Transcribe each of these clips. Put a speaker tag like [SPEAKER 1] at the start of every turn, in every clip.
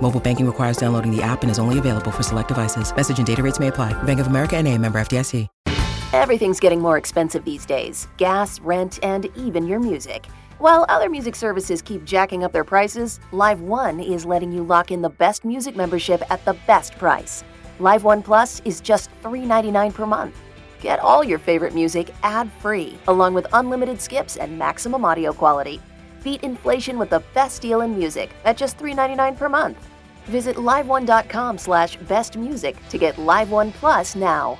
[SPEAKER 1] Mobile banking requires downloading the app and is only available for select devices. Message and data rates may apply. Bank of America and a member FDIC.
[SPEAKER 2] Everything's getting more expensive these days gas, rent, and even your music. While other music services keep jacking up their prices, Live One is letting you lock in the best music membership at the best price. Live One Plus is just $3.99 per month. Get all your favorite music ad free, along with unlimited skips and maximum audio quality. Beat inflation with the best deal in music at just $3.99 per month. Visit liveone.com slash bestmusic to get Live One Plus now.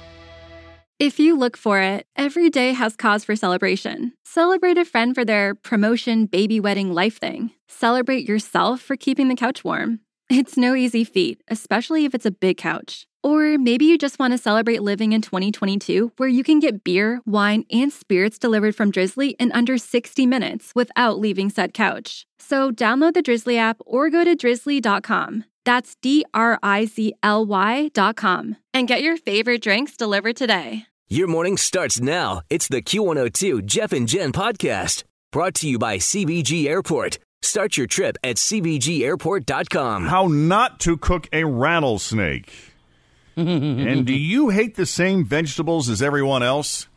[SPEAKER 3] If you look for it, every day has cause for celebration. Celebrate a friend for their promotion, baby wedding, life thing. Celebrate yourself for keeping the couch warm. It's no easy feat, especially if it's a big couch. Or maybe you just want to celebrate living in 2022 where you can get beer, wine, and spirits delivered from Drizzly in under 60 minutes without leaving said couch. So download the Drizzly app or go to drizzly.com. That's D R I Z L Y.com and get your favorite drinks delivered today.
[SPEAKER 4] Your morning starts now. It's the Q102 Jeff and Jen podcast brought to you by CBG Airport. Start your trip at CBGAirport.com.
[SPEAKER 5] How not to cook a rattlesnake. and do you hate the same vegetables as everyone else?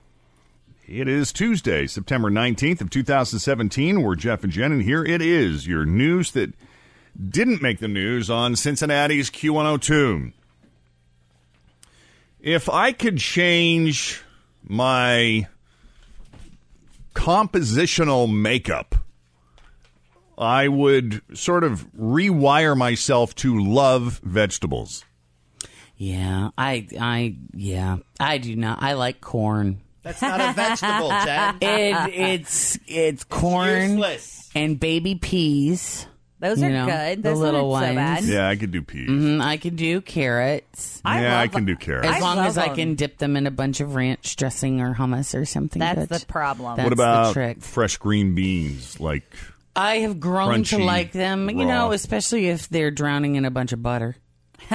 [SPEAKER 5] It is Tuesday, September 19th of 2017. We're Jeff and Jen, and here it is your news that didn't make the news on Cincinnati's Q102. If I could change my compositional makeup, I would sort of rewire myself to love vegetables.
[SPEAKER 6] Yeah, I, I, yeah, I do not. I like corn.
[SPEAKER 7] That's not a vegetable, Jen.
[SPEAKER 6] It, it's it's corn
[SPEAKER 7] Useless.
[SPEAKER 6] and baby peas.
[SPEAKER 8] Those
[SPEAKER 6] you
[SPEAKER 8] are
[SPEAKER 6] know,
[SPEAKER 8] good.
[SPEAKER 6] The
[SPEAKER 8] Those
[SPEAKER 6] little
[SPEAKER 8] aren't so
[SPEAKER 6] ones.
[SPEAKER 8] bad.
[SPEAKER 5] Yeah, I could do peas.
[SPEAKER 6] Mm, I can do carrots
[SPEAKER 8] I
[SPEAKER 5] yeah, I
[SPEAKER 8] love-
[SPEAKER 5] can do carrots.
[SPEAKER 6] as
[SPEAKER 8] I
[SPEAKER 6] long as
[SPEAKER 8] love
[SPEAKER 6] I can dip them in a bunch of ranch dressing or hummus or something. good.
[SPEAKER 8] That's the problem.
[SPEAKER 6] That's
[SPEAKER 5] what
[SPEAKER 6] the
[SPEAKER 5] about
[SPEAKER 6] trick?
[SPEAKER 5] fresh green beans? Like,
[SPEAKER 6] I have grown to
[SPEAKER 5] Crunchy,
[SPEAKER 6] like them. You
[SPEAKER 5] raw.
[SPEAKER 6] know, especially if they're drowning in a bunch of butter.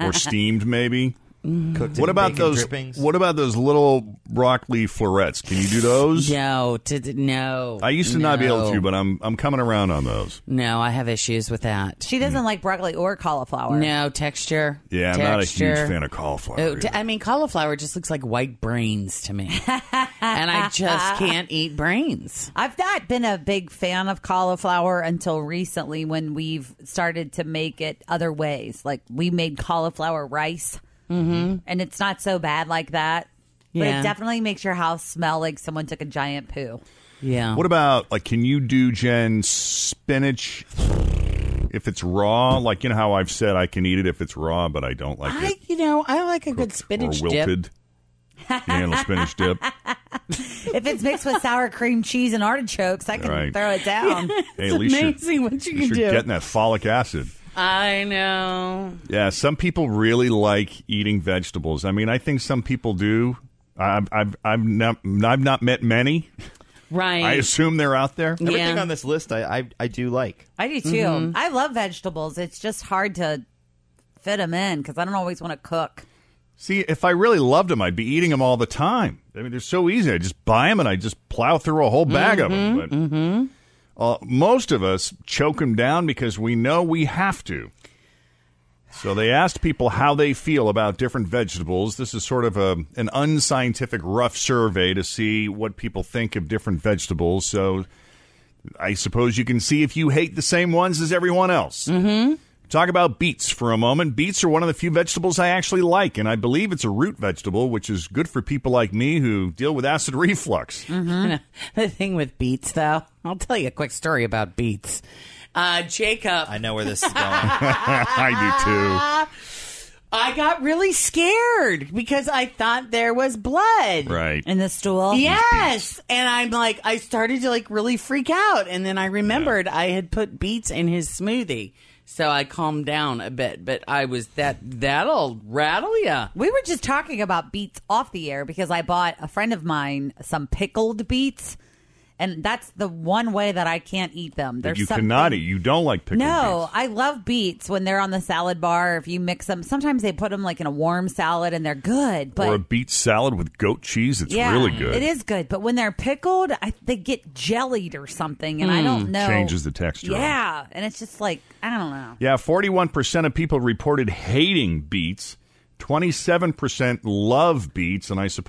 [SPEAKER 5] or steamed maybe?
[SPEAKER 6] Mm-hmm.
[SPEAKER 7] Cooked
[SPEAKER 5] What
[SPEAKER 7] in
[SPEAKER 5] about
[SPEAKER 7] bacon
[SPEAKER 5] those?
[SPEAKER 7] drippings.
[SPEAKER 5] What about those little broccoli florets? Can you do those?
[SPEAKER 6] No, t- t- no.
[SPEAKER 5] I used to not be able
[SPEAKER 6] no.
[SPEAKER 5] to, but I'm I'm coming around on those.
[SPEAKER 6] no, I have issues with that.
[SPEAKER 8] She doesn't like broccoli or cauliflower.
[SPEAKER 6] No texture.
[SPEAKER 5] Yeah, I'm
[SPEAKER 6] texture.
[SPEAKER 5] not a huge fan of cauliflower.
[SPEAKER 6] Oh, t-
[SPEAKER 5] either.
[SPEAKER 6] I mean, cauliflower just looks like white brains to me, and I just can't eat brains.
[SPEAKER 8] I've not been a big fan of cauliflower until recently when we've started to make it other ways. Like we made cauliflower rice, mm-hmm. and it's not so bad like that. But
[SPEAKER 6] Yeah.
[SPEAKER 8] it definitely makes your house smell like someone took a giant poo.
[SPEAKER 6] Yeah.
[SPEAKER 5] what about like? Can you do Jen spinach? If it's raw, like you know how I've said I can eat it if it's raw, but I don't like
[SPEAKER 6] I,
[SPEAKER 5] it
[SPEAKER 6] you know, I like a good
[SPEAKER 5] cooked
[SPEAKER 6] spinach
[SPEAKER 5] or
[SPEAKER 6] dip.
[SPEAKER 5] wilted. You handle spinach dip,
[SPEAKER 8] If it's mixed with sour cream cheese and artichokes, I can
[SPEAKER 5] Right.
[SPEAKER 8] throw it down.
[SPEAKER 5] hey, at least you're,
[SPEAKER 6] Amazing what you
[SPEAKER 5] at least
[SPEAKER 6] can do.
[SPEAKER 5] you're getting that folic acid.
[SPEAKER 6] I know.
[SPEAKER 5] Yeah, some people really like eating vegetables. I mean, I think some people do. I've I've I've not I've not met many.
[SPEAKER 6] Right.
[SPEAKER 5] I assume they're out there.
[SPEAKER 7] Everything
[SPEAKER 6] Yeah.
[SPEAKER 7] on this list, I, I I do like.
[SPEAKER 8] I do too. I love vegetables. It's just hard to fit them in because I don't always want to cook.
[SPEAKER 5] See, if I really loved them, I'd be eating them all the time. I mean, they're so easy. I just buy them and I just plow through a whole bag of them. But uh, most of us choke them down because we know we have to. So they asked people how they feel about different vegetables. This is sort of a an unscientific rough survey to see what people think of different vegetables. So I suppose you can see if you hate the same ones as everyone else. Talk about beets for a moment. Beets are one of the few vegetables I actually like, and I believe it's a root vegetable, which is good for people like me who deal with acid reflux.
[SPEAKER 8] Mm.
[SPEAKER 6] the thing with beets, though, I'll tell you a quick story about beets. Uh, Jacob,
[SPEAKER 7] I know where this is going.
[SPEAKER 5] I
[SPEAKER 6] I got really scared because I thought there was blood.
[SPEAKER 5] do too. Right.
[SPEAKER 8] in the stool.
[SPEAKER 6] Yes, and I'm like, I started to like really freak out, and then I remembered I had put beets in his smoothie, so I calmed down a bit. But I was that that'll rattle ya.
[SPEAKER 8] We were just talking about beets off the air because I bought a friend of mine some pickled beets, and that's the one way that I can't eat them.
[SPEAKER 5] That
[SPEAKER 8] There's
[SPEAKER 5] you
[SPEAKER 8] something-
[SPEAKER 5] cannot eat. You don't like pickled
[SPEAKER 8] No,
[SPEAKER 5] beets.
[SPEAKER 8] I love beets when they're on the salad bar. If you mix them, sometimes they put them like in a warm salad and they're good. But
[SPEAKER 5] or a beet salad with goat cheese. It's
[SPEAKER 8] yeah,
[SPEAKER 5] really good.
[SPEAKER 8] It is good, but when they're pickled, I, they get jellied or something, and I don't know.
[SPEAKER 5] Hmm. Changes the texture. of it.
[SPEAKER 8] Yeah, and it's just like I don't know.
[SPEAKER 5] Yeah, 41% of people reported hating beets, 27% love beets, and I suppose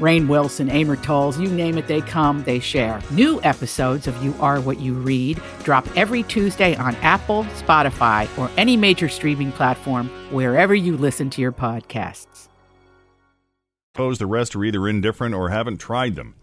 [SPEAKER 9] Rain Wilson, Amor Tolls, you name it, they come, they share. New episodes of You Are What You Read drop every Tuesday on Apple, Spotify, or any major streaming platform wherever you listen to your podcasts.
[SPEAKER 5] the rest are either indifferent or haven't tried them.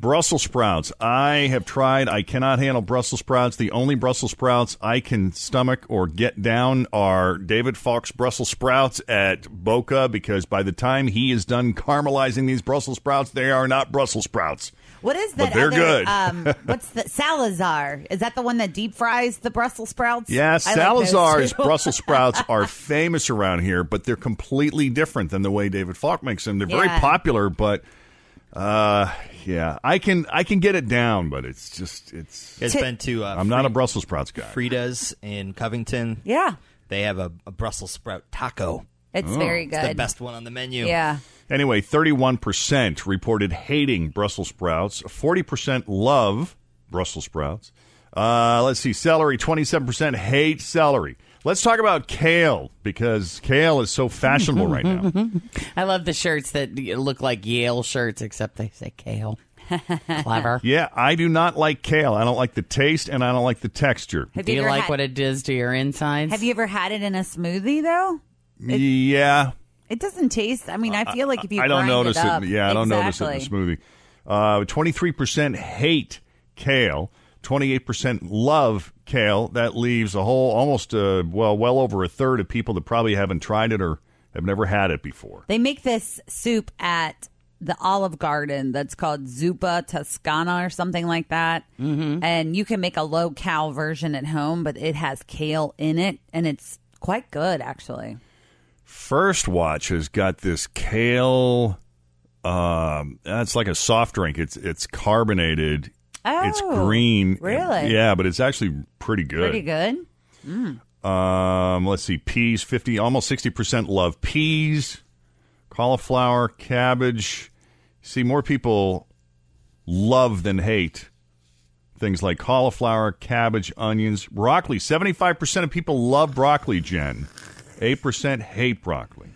[SPEAKER 5] Brussels sprouts. I have tried. I cannot handle Brussels sprouts. The only Brussels sprouts I can stomach or get down are David Falk's Brussels sprouts at Boca because by the time he is done caramelizing these Brussels sprouts, they are not Brussels sprouts.
[SPEAKER 8] What is
[SPEAKER 5] But
[SPEAKER 8] that?
[SPEAKER 5] they're
[SPEAKER 8] other,
[SPEAKER 5] good.
[SPEAKER 8] um, what's the Salazar? Is that the one that deep fries the Brussels sprouts?
[SPEAKER 5] Yeah,
[SPEAKER 8] I like those
[SPEAKER 5] Salazar's
[SPEAKER 8] too.
[SPEAKER 5] Brussels sprouts are famous around here, but they're completely different than the way David Falk makes them. They're very
[SPEAKER 8] Yeah.
[SPEAKER 5] popular, but uh, yeah, I can I can get it down, but it's just it's.
[SPEAKER 7] It's been to uh,
[SPEAKER 5] I'm not a Brussels sprouts guy.
[SPEAKER 7] Frida's in Covington.
[SPEAKER 8] Yeah,
[SPEAKER 7] They have a, a Brussels sprout taco.
[SPEAKER 8] it's
[SPEAKER 5] Oh,
[SPEAKER 8] very good.
[SPEAKER 7] It's the best one on the menu.
[SPEAKER 8] Yeah.
[SPEAKER 5] Anyway, 31% reported hating Brussels sprouts, 40% love Brussels sprouts. Uh, let's see, celery, 27% hate celery. Let's talk about kale because kale is so fashionable right now.
[SPEAKER 6] I love the shirts that look like Yale shirts, except they say kale. Clever.
[SPEAKER 5] Yeah, I do not like kale. I don't like the taste and I don't like the texture.
[SPEAKER 8] Have
[SPEAKER 6] Do you
[SPEAKER 8] ever
[SPEAKER 6] like
[SPEAKER 8] had,
[SPEAKER 6] what it does to your insides?
[SPEAKER 8] Have you ever had it in a smoothie though?
[SPEAKER 5] yeah,
[SPEAKER 8] It doesn't taste. I mean, I feel like if you
[SPEAKER 5] Uh, I don't
[SPEAKER 8] grind
[SPEAKER 5] notice
[SPEAKER 8] it, up,
[SPEAKER 5] Yeah, I don't notice it in
[SPEAKER 8] Exactly.
[SPEAKER 5] the smoothie. Uh, Twenty-three percent hate kale. Twenty-eight percent love kale. That leaves a whole, almost uh, well, well over a third of people that probably haven't tried it or have never had it before.
[SPEAKER 8] They make this soup at the Olive Garden that's called Zuppa Toscana or something like that. Mm-hmm. And you can make a low cal version at home, but it has kale in it and it's quite good actually.
[SPEAKER 5] First Watch has got this kale. Um, it's like a soft drink. It's it's carbonated. it's
[SPEAKER 8] Oh,
[SPEAKER 5] green.
[SPEAKER 8] really?
[SPEAKER 5] Yeah, but it's actually pretty good.
[SPEAKER 8] Pretty good.
[SPEAKER 5] Um, let's see, peas, fifty, almost sixty percent love peas, cauliflower, cabbage. See, more people love than hate things like cauliflower, cabbage, onions, broccoli. Seventy-five percent of people love broccoli. Jen, eight percent hate broccoli.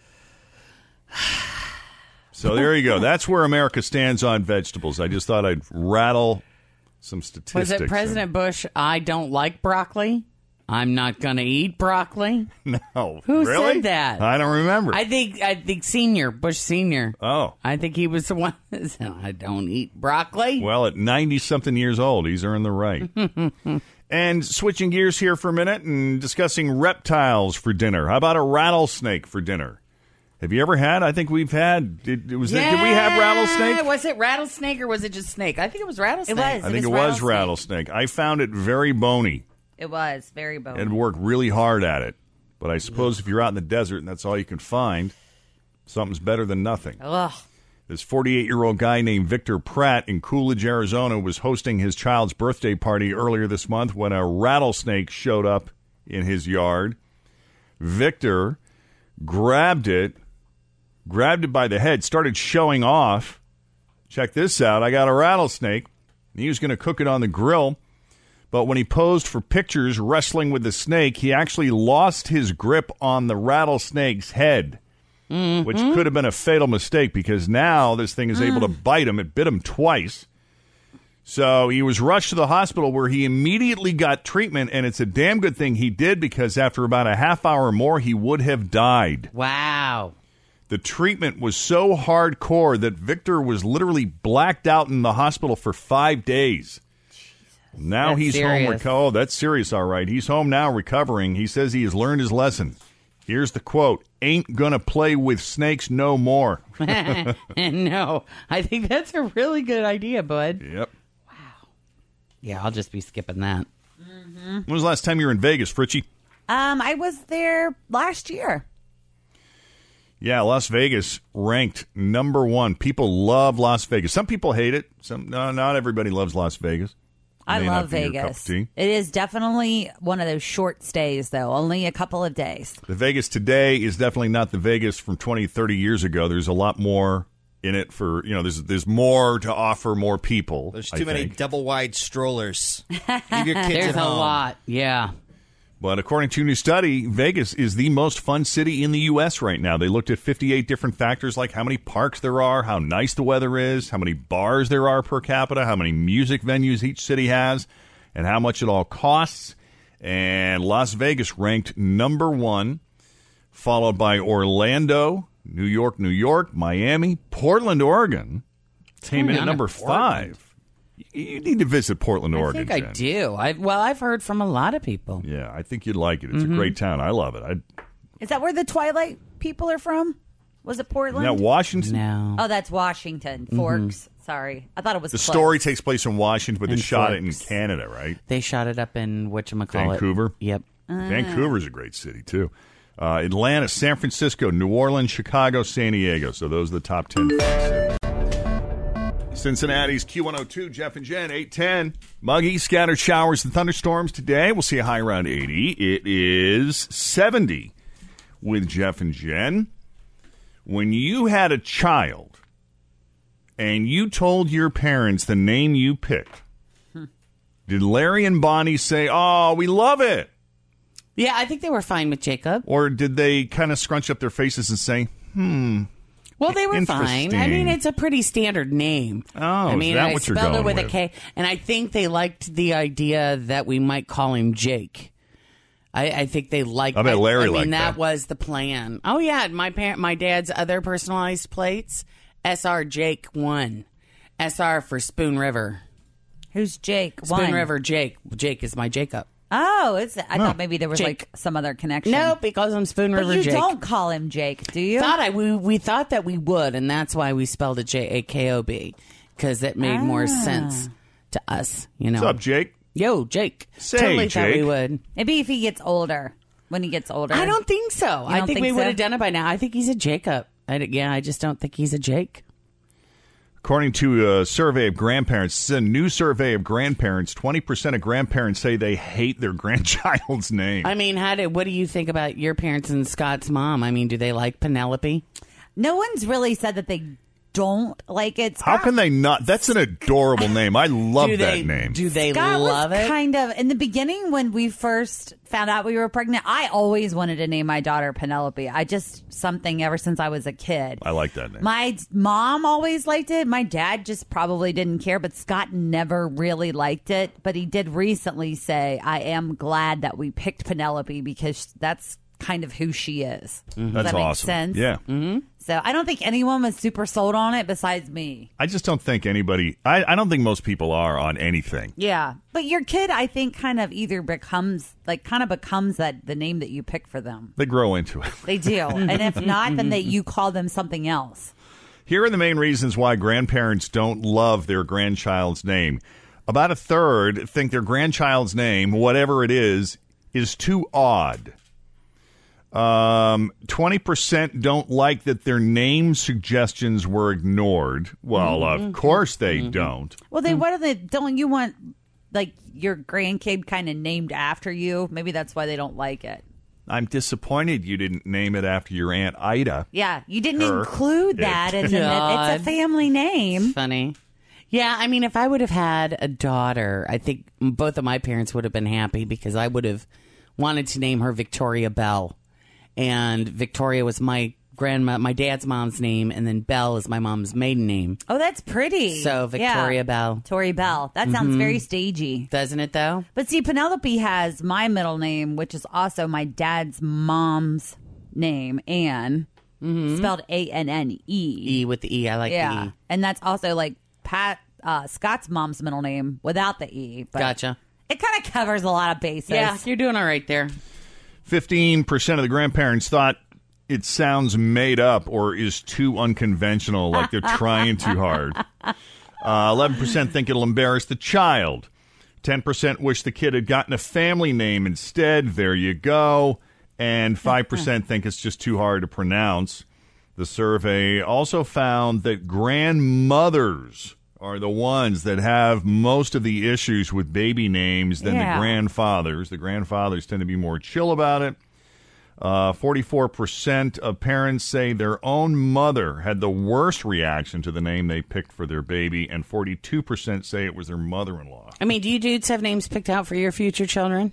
[SPEAKER 5] So there you go. That's where America stands on vegetables. I just thought I'd rattle some statistics.
[SPEAKER 6] Was it President Bush? I don't like broccoli. I'm not going to eat broccoli.
[SPEAKER 5] No.
[SPEAKER 6] Who said
[SPEAKER 5] really?
[SPEAKER 6] that?
[SPEAKER 5] I don't remember.
[SPEAKER 6] I think I think senior Bush senior.
[SPEAKER 5] oh.
[SPEAKER 6] I think he was the one. that said, I don't eat broccoli.
[SPEAKER 5] Well, at 90 something years old, he's earned the right. and switching gears here for a minute and discussing reptiles for dinner. How about a rattlesnake for dinner? Have you ever had? I think we've had. Did, was it- did we have rattlesnake?
[SPEAKER 6] Uh, Was it rattlesnake or was it just snake? I think it was rattlesnake.
[SPEAKER 8] It was.
[SPEAKER 5] I think it was rattlesnake. Oh. I found it very bony
[SPEAKER 8] It was very bony.
[SPEAKER 5] and worked really hard at it. But I suppose if you're out in the desert and that's all you can find, something's better than nothing.
[SPEAKER 8] Ugh.
[SPEAKER 5] This 48 year old guy named Victor Pratt in Coolidge, Arizona, was hosting his child's birthday party earlier this month when a rattlesnake showed up in his yard. Victor grabbed it, grabbed it by the head, started showing off. Check this out. I got a rattlesnake. And he was going to cook it on the grill. But when he posed for pictures wrestling with the snake, he actually lost his grip on the rattlesnake's head, which could have been a fatal mistake because now this thing is able to bite him. It bit him twice. So he was rushed to the hospital where he immediately got treatment. And it's a damn good thing he did because after about a half hour more, he would have died.
[SPEAKER 6] Wow.
[SPEAKER 5] The treatment was so hardcore that Victor was literally blacked out in the hospital for five days. Now
[SPEAKER 6] That's
[SPEAKER 5] he's home.
[SPEAKER 6] serious.
[SPEAKER 5] Reco- oh, that's serious, all right. He's home now recovering. He says he has learned his lesson. Here's the quote Ain't gonna play with snakes no more.
[SPEAKER 6] no, I think that's a really good idea, bud.
[SPEAKER 5] Yep.
[SPEAKER 6] Yeah, I'll just be skipping that.
[SPEAKER 5] When was the last time you were in Vegas, Fritchie?
[SPEAKER 8] Um, I was there last year.
[SPEAKER 5] Yeah, Las Vegas ranked number one. People love Las Vegas. Some people hate it. Some no, not everybody loves Las Vegas.
[SPEAKER 8] I
[SPEAKER 5] May
[SPEAKER 8] love
[SPEAKER 5] not be your cup of
[SPEAKER 8] Vegas.
[SPEAKER 5] tea.
[SPEAKER 8] It is definitely one of those short stays, though, only a couple of days.
[SPEAKER 5] The Vegas today is definitely not the Vegas from 20, 30 years ago. There's a lot more in it for you know. There's there's more to offer more people.
[SPEAKER 7] There's
[SPEAKER 5] I
[SPEAKER 7] too many
[SPEAKER 5] think.
[SPEAKER 7] double wide strollers. Leave your kids
[SPEAKER 6] There's
[SPEAKER 7] at
[SPEAKER 6] a
[SPEAKER 7] home.
[SPEAKER 6] lot. Yeah.
[SPEAKER 5] But according to a new study, Vegas is the most fun city in the U.S. right now. They looked at 58 different factors like how many parks there are, how nice the weather is, how many bars there are per capita, how many music venues each city has, and how much it all costs. And Las Vegas ranked number one, followed by Orlando, New York, New York, Miami, Portland, Oregon came in at
[SPEAKER 6] on
[SPEAKER 5] number
[SPEAKER 6] to Hmm. Portland.
[SPEAKER 5] five. You you need to visit Portland,
[SPEAKER 6] I
[SPEAKER 5] Oregon.
[SPEAKER 6] think I
[SPEAKER 5] Jen.
[SPEAKER 6] do. I well, I've heard from a lot of people.
[SPEAKER 5] Yeah, I think you'd like it. It's
[SPEAKER 6] Mm-hmm.
[SPEAKER 5] a great town. I love it. I
[SPEAKER 8] Is that where the Twilight people are from? Was it Portland?
[SPEAKER 5] Now, Washington.
[SPEAKER 6] No.
[SPEAKER 8] Oh, that's Washington. Forks. Sorry. I thought it was
[SPEAKER 5] Mm-hmm. The
[SPEAKER 8] Cloaks.
[SPEAKER 5] story takes place in Washington, but they
[SPEAKER 6] And
[SPEAKER 5] shot it in
[SPEAKER 6] Forks.
[SPEAKER 5] Canada, right?
[SPEAKER 6] They shot it up in whatchamacallit.
[SPEAKER 5] Vancouver.
[SPEAKER 6] Yep.
[SPEAKER 5] Vancouver's a great city, too. Uh, Atlanta, San Francisco, New Orleans, Chicago, San Diego. So those are the top 10 cities. Cincinnati's Q102, Jeff and Jen, 810. Muggy, scattered showers and thunderstorms today. We'll see a high around 80. It is 70 with Jeff and Jen. When you had a child and you told your parents the name you picked, did Larry and Bonnie say, Oh, we love it?
[SPEAKER 6] Yeah, I think they were fine with Jacob.
[SPEAKER 5] Or did they kind of scrunch up their faces and say, hmm,
[SPEAKER 6] Well, they were fine. I mean,
[SPEAKER 5] Interesting.
[SPEAKER 6] it's a pretty standard name. Oh,
[SPEAKER 5] is
[SPEAKER 6] I mean,
[SPEAKER 5] that
[SPEAKER 6] I
[SPEAKER 5] what you're
[SPEAKER 6] spelled
[SPEAKER 5] going
[SPEAKER 6] it with,
[SPEAKER 5] with?
[SPEAKER 6] a K, and I think they liked the idea that we might call him Jake. I, I think they liked.
[SPEAKER 5] I bet Larry
[SPEAKER 6] I, mean,
[SPEAKER 5] liked
[SPEAKER 6] that.
[SPEAKER 5] that.
[SPEAKER 6] was the plan. Oh yeah, my parent, my dad's other personalized plates, SR Jake one, SR for Spoon River,
[SPEAKER 8] Who's Jake?
[SPEAKER 6] Spoon
[SPEAKER 8] One.
[SPEAKER 6] River Jake. Jake is my Jacob.
[SPEAKER 8] Oh, is it? I
[SPEAKER 5] No.
[SPEAKER 8] thought maybe there was
[SPEAKER 6] Jake.
[SPEAKER 8] like some other connection.
[SPEAKER 6] No, because I'm Spoon
[SPEAKER 8] But
[SPEAKER 6] River
[SPEAKER 8] you
[SPEAKER 6] Jake.
[SPEAKER 8] don't call him Jake, do you?
[SPEAKER 6] thought I we, we thought that we would, and that's why we spelled it J A K O B because it made more
[SPEAKER 8] Ah.
[SPEAKER 6] sense to us. You know,
[SPEAKER 5] What's up, Jake?
[SPEAKER 6] yo, Jake.
[SPEAKER 5] Say,
[SPEAKER 6] totally thought we
[SPEAKER 5] Jake.
[SPEAKER 6] would.
[SPEAKER 8] Maybe if he gets older, when he gets older.
[SPEAKER 6] I don't think so. I
[SPEAKER 8] don't
[SPEAKER 6] think,
[SPEAKER 8] think
[SPEAKER 6] we
[SPEAKER 8] so?
[SPEAKER 6] would have done it by now. I think he's a Jacob. I, d- yeah, I just don't think he's a Jake.
[SPEAKER 5] According to a survey of grandparents, this is a new survey of grandparents. 20% of grandparents say they hate their grandchild's name.
[SPEAKER 6] I mean, how did? What do you think about your parents and Scott's mom? I mean, do they like Penelope?
[SPEAKER 8] No one's really said that they don't like it.
[SPEAKER 5] How
[SPEAKER 8] Scott-
[SPEAKER 5] can they not? That's an adorable name. I love
[SPEAKER 6] do
[SPEAKER 5] that
[SPEAKER 6] they,
[SPEAKER 5] name.
[SPEAKER 6] Do they
[SPEAKER 8] Scott
[SPEAKER 6] love
[SPEAKER 8] was
[SPEAKER 6] it?
[SPEAKER 8] kind of in the beginning when we first found out we were pregnant. I always wanted to name my daughter Penelope. I just something ever since I was a kid.
[SPEAKER 5] I like that name.
[SPEAKER 8] My d- mom always liked it. My dad just probably didn't care, but Scott never really liked it. But he did recently say, "I am glad that we picked Penelope because that's kind of who she is." Does
[SPEAKER 5] That's
[SPEAKER 8] that make
[SPEAKER 5] awesome.
[SPEAKER 8] sense?
[SPEAKER 5] Yeah.
[SPEAKER 6] Mm-hmm.
[SPEAKER 8] So I don't think anyone was super sold on it besides me.
[SPEAKER 5] I just don't think anybody, I, I don't think most people are on anything.
[SPEAKER 8] Yeah, but your kid, I think, kind of either becomes like kind of becomes that the name that you pick for them.
[SPEAKER 5] They grow into it.
[SPEAKER 8] They do, and if not, then that you call them something else.
[SPEAKER 5] Here are the main reasons why grandparents don't love their grandchild's name. About a third think their grandchild's name, whatever it is, is too odd. Um, 20% don't like that their name suggestions were ignored. Well, of course they don't.
[SPEAKER 8] Well, they what are they? Don't you want like your grandkid kind of named after you. Maybe that's why they don't like it.
[SPEAKER 5] I'm disappointed you didn't name it after your aunt Ida.
[SPEAKER 8] Yeah, you didn't
[SPEAKER 5] Her.
[SPEAKER 8] include that
[SPEAKER 5] It-
[SPEAKER 8] as an, it's
[SPEAKER 6] God.
[SPEAKER 8] a family name.
[SPEAKER 6] Funny. Yeah, I mean, if I would have had a daughter, I think both of my parents would have been happy because I would have wanted to name her Victoria Bell. And Victoria was my grandma, my dad's mom's name, and then Bell is my mom's maiden name.
[SPEAKER 8] Oh, that's pretty.
[SPEAKER 6] So Victoria
[SPEAKER 8] Yeah.
[SPEAKER 6] Bell.
[SPEAKER 8] Tori Bell. That sounds
[SPEAKER 6] Mhm.
[SPEAKER 8] very stagey.
[SPEAKER 6] Doesn't it though?
[SPEAKER 8] But see, Penelope has my middle name, which is also my dad's mom's name, Anne, spelled A N N E.
[SPEAKER 6] Mm-hmm. E with the E. I like
[SPEAKER 8] yeah,
[SPEAKER 6] the E.
[SPEAKER 8] and that's also like Pat uh, Scott's mom's middle name without the E. But
[SPEAKER 6] Gotcha.
[SPEAKER 8] It kind of covers a lot of bases.
[SPEAKER 6] Yeah, you're doing all right there.
[SPEAKER 5] 15% of the grandparents thought it sounds made up or is too unconventional, like they're trying too hard. Uh, 11% think it'll embarrass the child. 10% wish the kid had gotten a family name instead. There you go. And 5% think it's just too hard to pronounce. The survey also found that grandmothers are the ones that have most of the issues with baby names than
[SPEAKER 10] Yeah.
[SPEAKER 5] the grandfathers. The grandfathers tend to be more chill about it. Uh, 44% of parents say their own mother had the worst reaction to the name they picked for their baby, and 42% say it was their mother in law.
[SPEAKER 6] I mean, do you dudes have names picked out for your future children?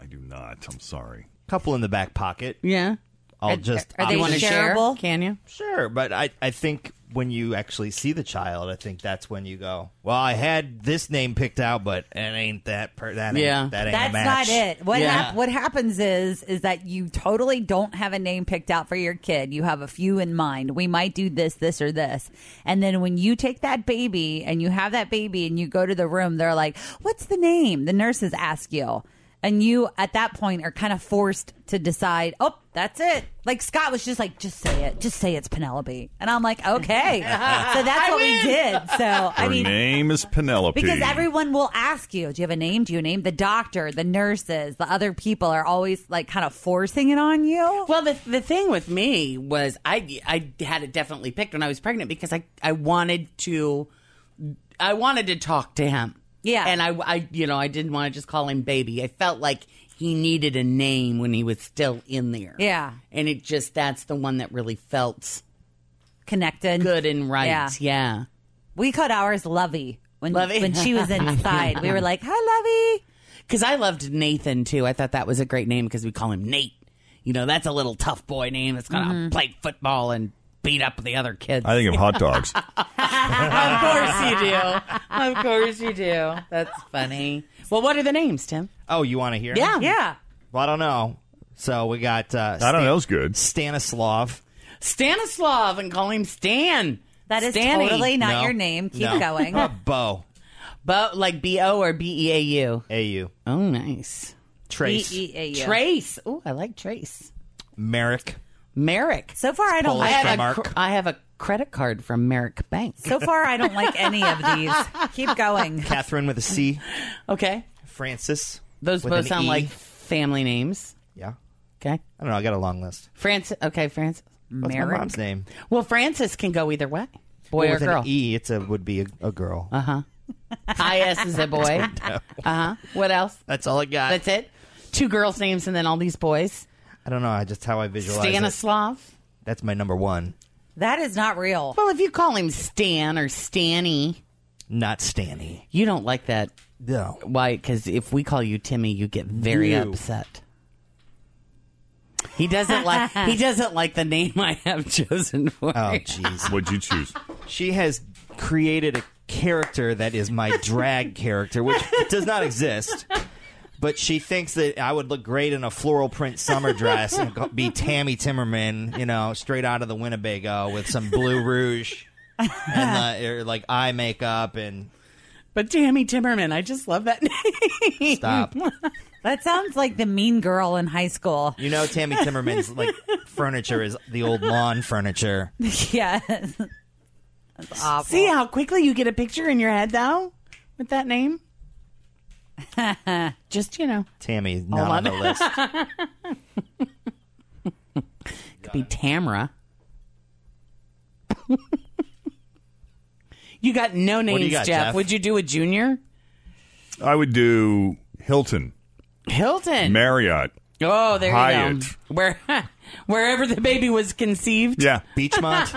[SPEAKER 5] I do not. I'm sorry.
[SPEAKER 7] Couple in the back pocket.
[SPEAKER 6] Yeah.
[SPEAKER 7] I'll just.
[SPEAKER 6] Are
[SPEAKER 7] I'll
[SPEAKER 6] they
[SPEAKER 7] just-
[SPEAKER 6] shareable? Can you?
[SPEAKER 7] Sure, but I, I think when you actually see the child, I think that's when you go, well, I had this name picked out, but it ain't that per- that ain't,
[SPEAKER 6] Yeah.
[SPEAKER 7] that ain't a
[SPEAKER 8] That's
[SPEAKER 7] match.
[SPEAKER 8] not it. What
[SPEAKER 7] Yeah.
[SPEAKER 8] hap- what happens is is that you totally don't have a name picked out for your kid. You have a few in mind. We might do this, this, or this. And then when you take that baby and you have that baby and you go to the room, they're like, "What's the name?" The nurses ask you, and you at that point are kind of forced to decide. Oh, that's it. Like Scott was just like, "Just say it. Just say it's Penelope." And I'm like, "Okay." so that's what we did. So I
[SPEAKER 5] Her
[SPEAKER 8] mean,
[SPEAKER 5] name is Penelope.
[SPEAKER 8] because everyone will ask you, do you have a name? Do you name the doctor, the nurses, the other people are always like kind of forcing it on you?
[SPEAKER 6] Well, the, the thing with me was I I had it definitely picked when I was pregnant because I I wanted to I wanted to talk to him. Yeah. And I I you know, I didn't want to just call him baby. I felt like he needed a name when he was still in there.
[SPEAKER 8] Yeah.
[SPEAKER 6] And it just that's the one that really felt
[SPEAKER 8] connected.
[SPEAKER 6] Good and right.
[SPEAKER 8] Yeah.
[SPEAKER 6] Yeah.
[SPEAKER 8] We called ours Lovey when
[SPEAKER 6] Lovey?
[SPEAKER 8] when she was inside. we were like, "Hi, Lovey."
[SPEAKER 6] Cuz I loved Nathan too. I thought that was a great name because we call him Nate. You know, that's a little tough boy name that's going to
[SPEAKER 8] Mhm.
[SPEAKER 6] play football and beat up the other kids.
[SPEAKER 5] I think of hot dogs.
[SPEAKER 6] of course you do. Of course you do. That's funny. Well, what are the names, Tim?
[SPEAKER 7] Oh, you want to hear?
[SPEAKER 6] Yeah.
[SPEAKER 8] Yeah.
[SPEAKER 7] Well, I don't know. So we got. Uh,
[SPEAKER 5] I don't know. It's
[SPEAKER 7] good. Stanislav.
[SPEAKER 6] Stanislav and call him Stan.
[SPEAKER 8] That is
[SPEAKER 6] Stanny.
[SPEAKER 8] totally not your name. Keep going.
[SPEAKER 7] Bo.
[SPEAKER 6] Bo, like B O or B E A U?
[SPEAKER 7] A U.
[SPEAKER 6] Oh, nice.
[SPEAKER 7] Trace.
[SPEAKER 6] E
[SPEAKER 8] B-E-A-U.
[SPEAKER 6] Trace. Oh, I like Trace.
[SPEAKER 7] Merrick.
[SPEAKER 6] Merrick.
[SPEAKER 8] So far, I don't
[SPEAKER 6] I
[SPEAKER 8] like
[SPEAKER 6] have, a,
[SPEAKER 8] Merrick.
[SPEAKER 6] cr- I have a credit card from Merrick Bank.
[SPEAKER 8] So far, I don't like any of these. Keep going.
[SPEAKER 7] Catherine with a C.
[SPEAKER 6] Okay.
[SPEAKER 7] Francis.
[SPEAKER 6] Those
[SPEAKER 7] with
[SPEAKER 6] both
[SPEAKER 7] an
[SPEAKER 6] sound
[SPEAKER 7] E.
[SPEAKER 6] like family names.
[SPEAKER 7] Yeah.
[SPEAKER 6] Okay.
[SPEAKER 7] I don't know. I got a long list.
[SPEAKER 6] Francis. Okay, Francis.
[SPEAKER 7] What's my mom's name?
[SPEAKER 6] Well, Francis can go either way, boy
[SPEAKER 7] Well,
[SPEAKER 6] or
[SPEAKER 7] with
[SPEAKER 6] girl.
[SPEAKER 7] An e, it's a would be a, a girl.
[SPEAKER 6] Uh huh. IS is a boy. Uh huh. What else?
[SPEAKER 7] That's all I got.
[SPEAKER 6] That's it. Two girls' names and then all these boys.
[SPEAKER 7] I don't know. I just how I visualize it.
[SPEAKER 6] Stanislav.
[SPEAKER 7] That's my number one.
[SPEAKER 8] That is not real.
[SPEAKER 6] Well, if you call him Stan or Stanny,
[SPEAKER 7] Not Stanny.
[SPEAKER 6] you don't like that.
[SPEAKER 7] No.
[SPEAKER 6] Why? Because if we call you Timmy, you get very
[SPEAKER 7] You.
[SPEAKER 6] upset. He doesn't like. he doesn't like the name I have chosen for.
[SPEAKER 7] Oh,
[SPEAKER 6] you.
[SPEAKER 7] jeez.
[SPEAKER 5] What'd you choose?
[SPEAKER 7] She has created a character that is my drag character, which does not exist. But she thinks that I would look great in a floral print summer dress and go- be Tammy Timmerman, you know, straight out of the Winnebago with some blue rouge and uh, or like eye makeup and
[SPEAKER 6] But Tammy Timmerman, I just love that name.
[SPEAKER 7] Stop.
[SPEAKER 8] That sounds like the mean girl in high school.
[SPEAKER 7] you know Tammy Timmerman's like furniture is the old lawn furniture.
[SPEAKER 8] yes. That's awful.
[SPEAKER 6] See how quickly you get a picture in your head, though, with that name. Just you know,
[SPEAKER 7] Tammy is
[SPEAKER 6] Hold
[SPEAKER 7] not on the list.
[SPEAKER 6] Could be Tamra. you got no
[SPEAKER 7] do you
[SPEAKER 6] names,
[SPEAKER 7] got,
[SPEAKER 6] Jeff.
[SPEAKER 7] Jeff?
[SPEAKER 6] Would you do a junior?
[SPEAKER 5] I would do Hilton,
[SPEAKER 6] Hilton.
[SPEAKER 5] Marriott.
[SPEAKER 6] oh, there you
[SPEAKER 5] Hyatt.
[SPEAKER 6] go. Where, wherever the baby was conceived.
[SPEAKER 5] Yeah, Beachmont,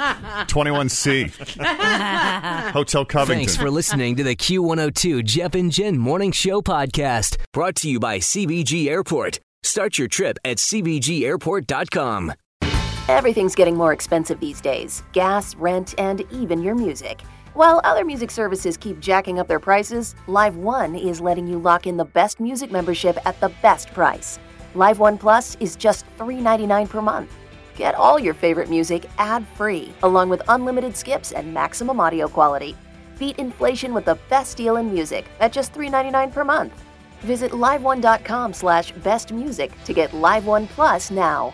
[SPEAKER 5] 21C, Hotel Covington.
[SPEAKER 4] Thanks for listening to the Q102 Jeff and Jen Morning Show podcast, brought to you by CBG Airport. Start your trip at CBGAirport.com.
[SPEAKER 2] Everything's getting more expensive these days gas, rent, and even your music. While other music services keep jacking up their prices, Live One is letting you lock in the best music membership at the best price. Live One Plus is just $3.99 per month. Get all your favorite music ad free, along with unlimited skips and maximum audio quality. Beat inflation with the best deal in music at just $3.99 per month. Visit liveone.com slash bestmusic to get Live One Plus now.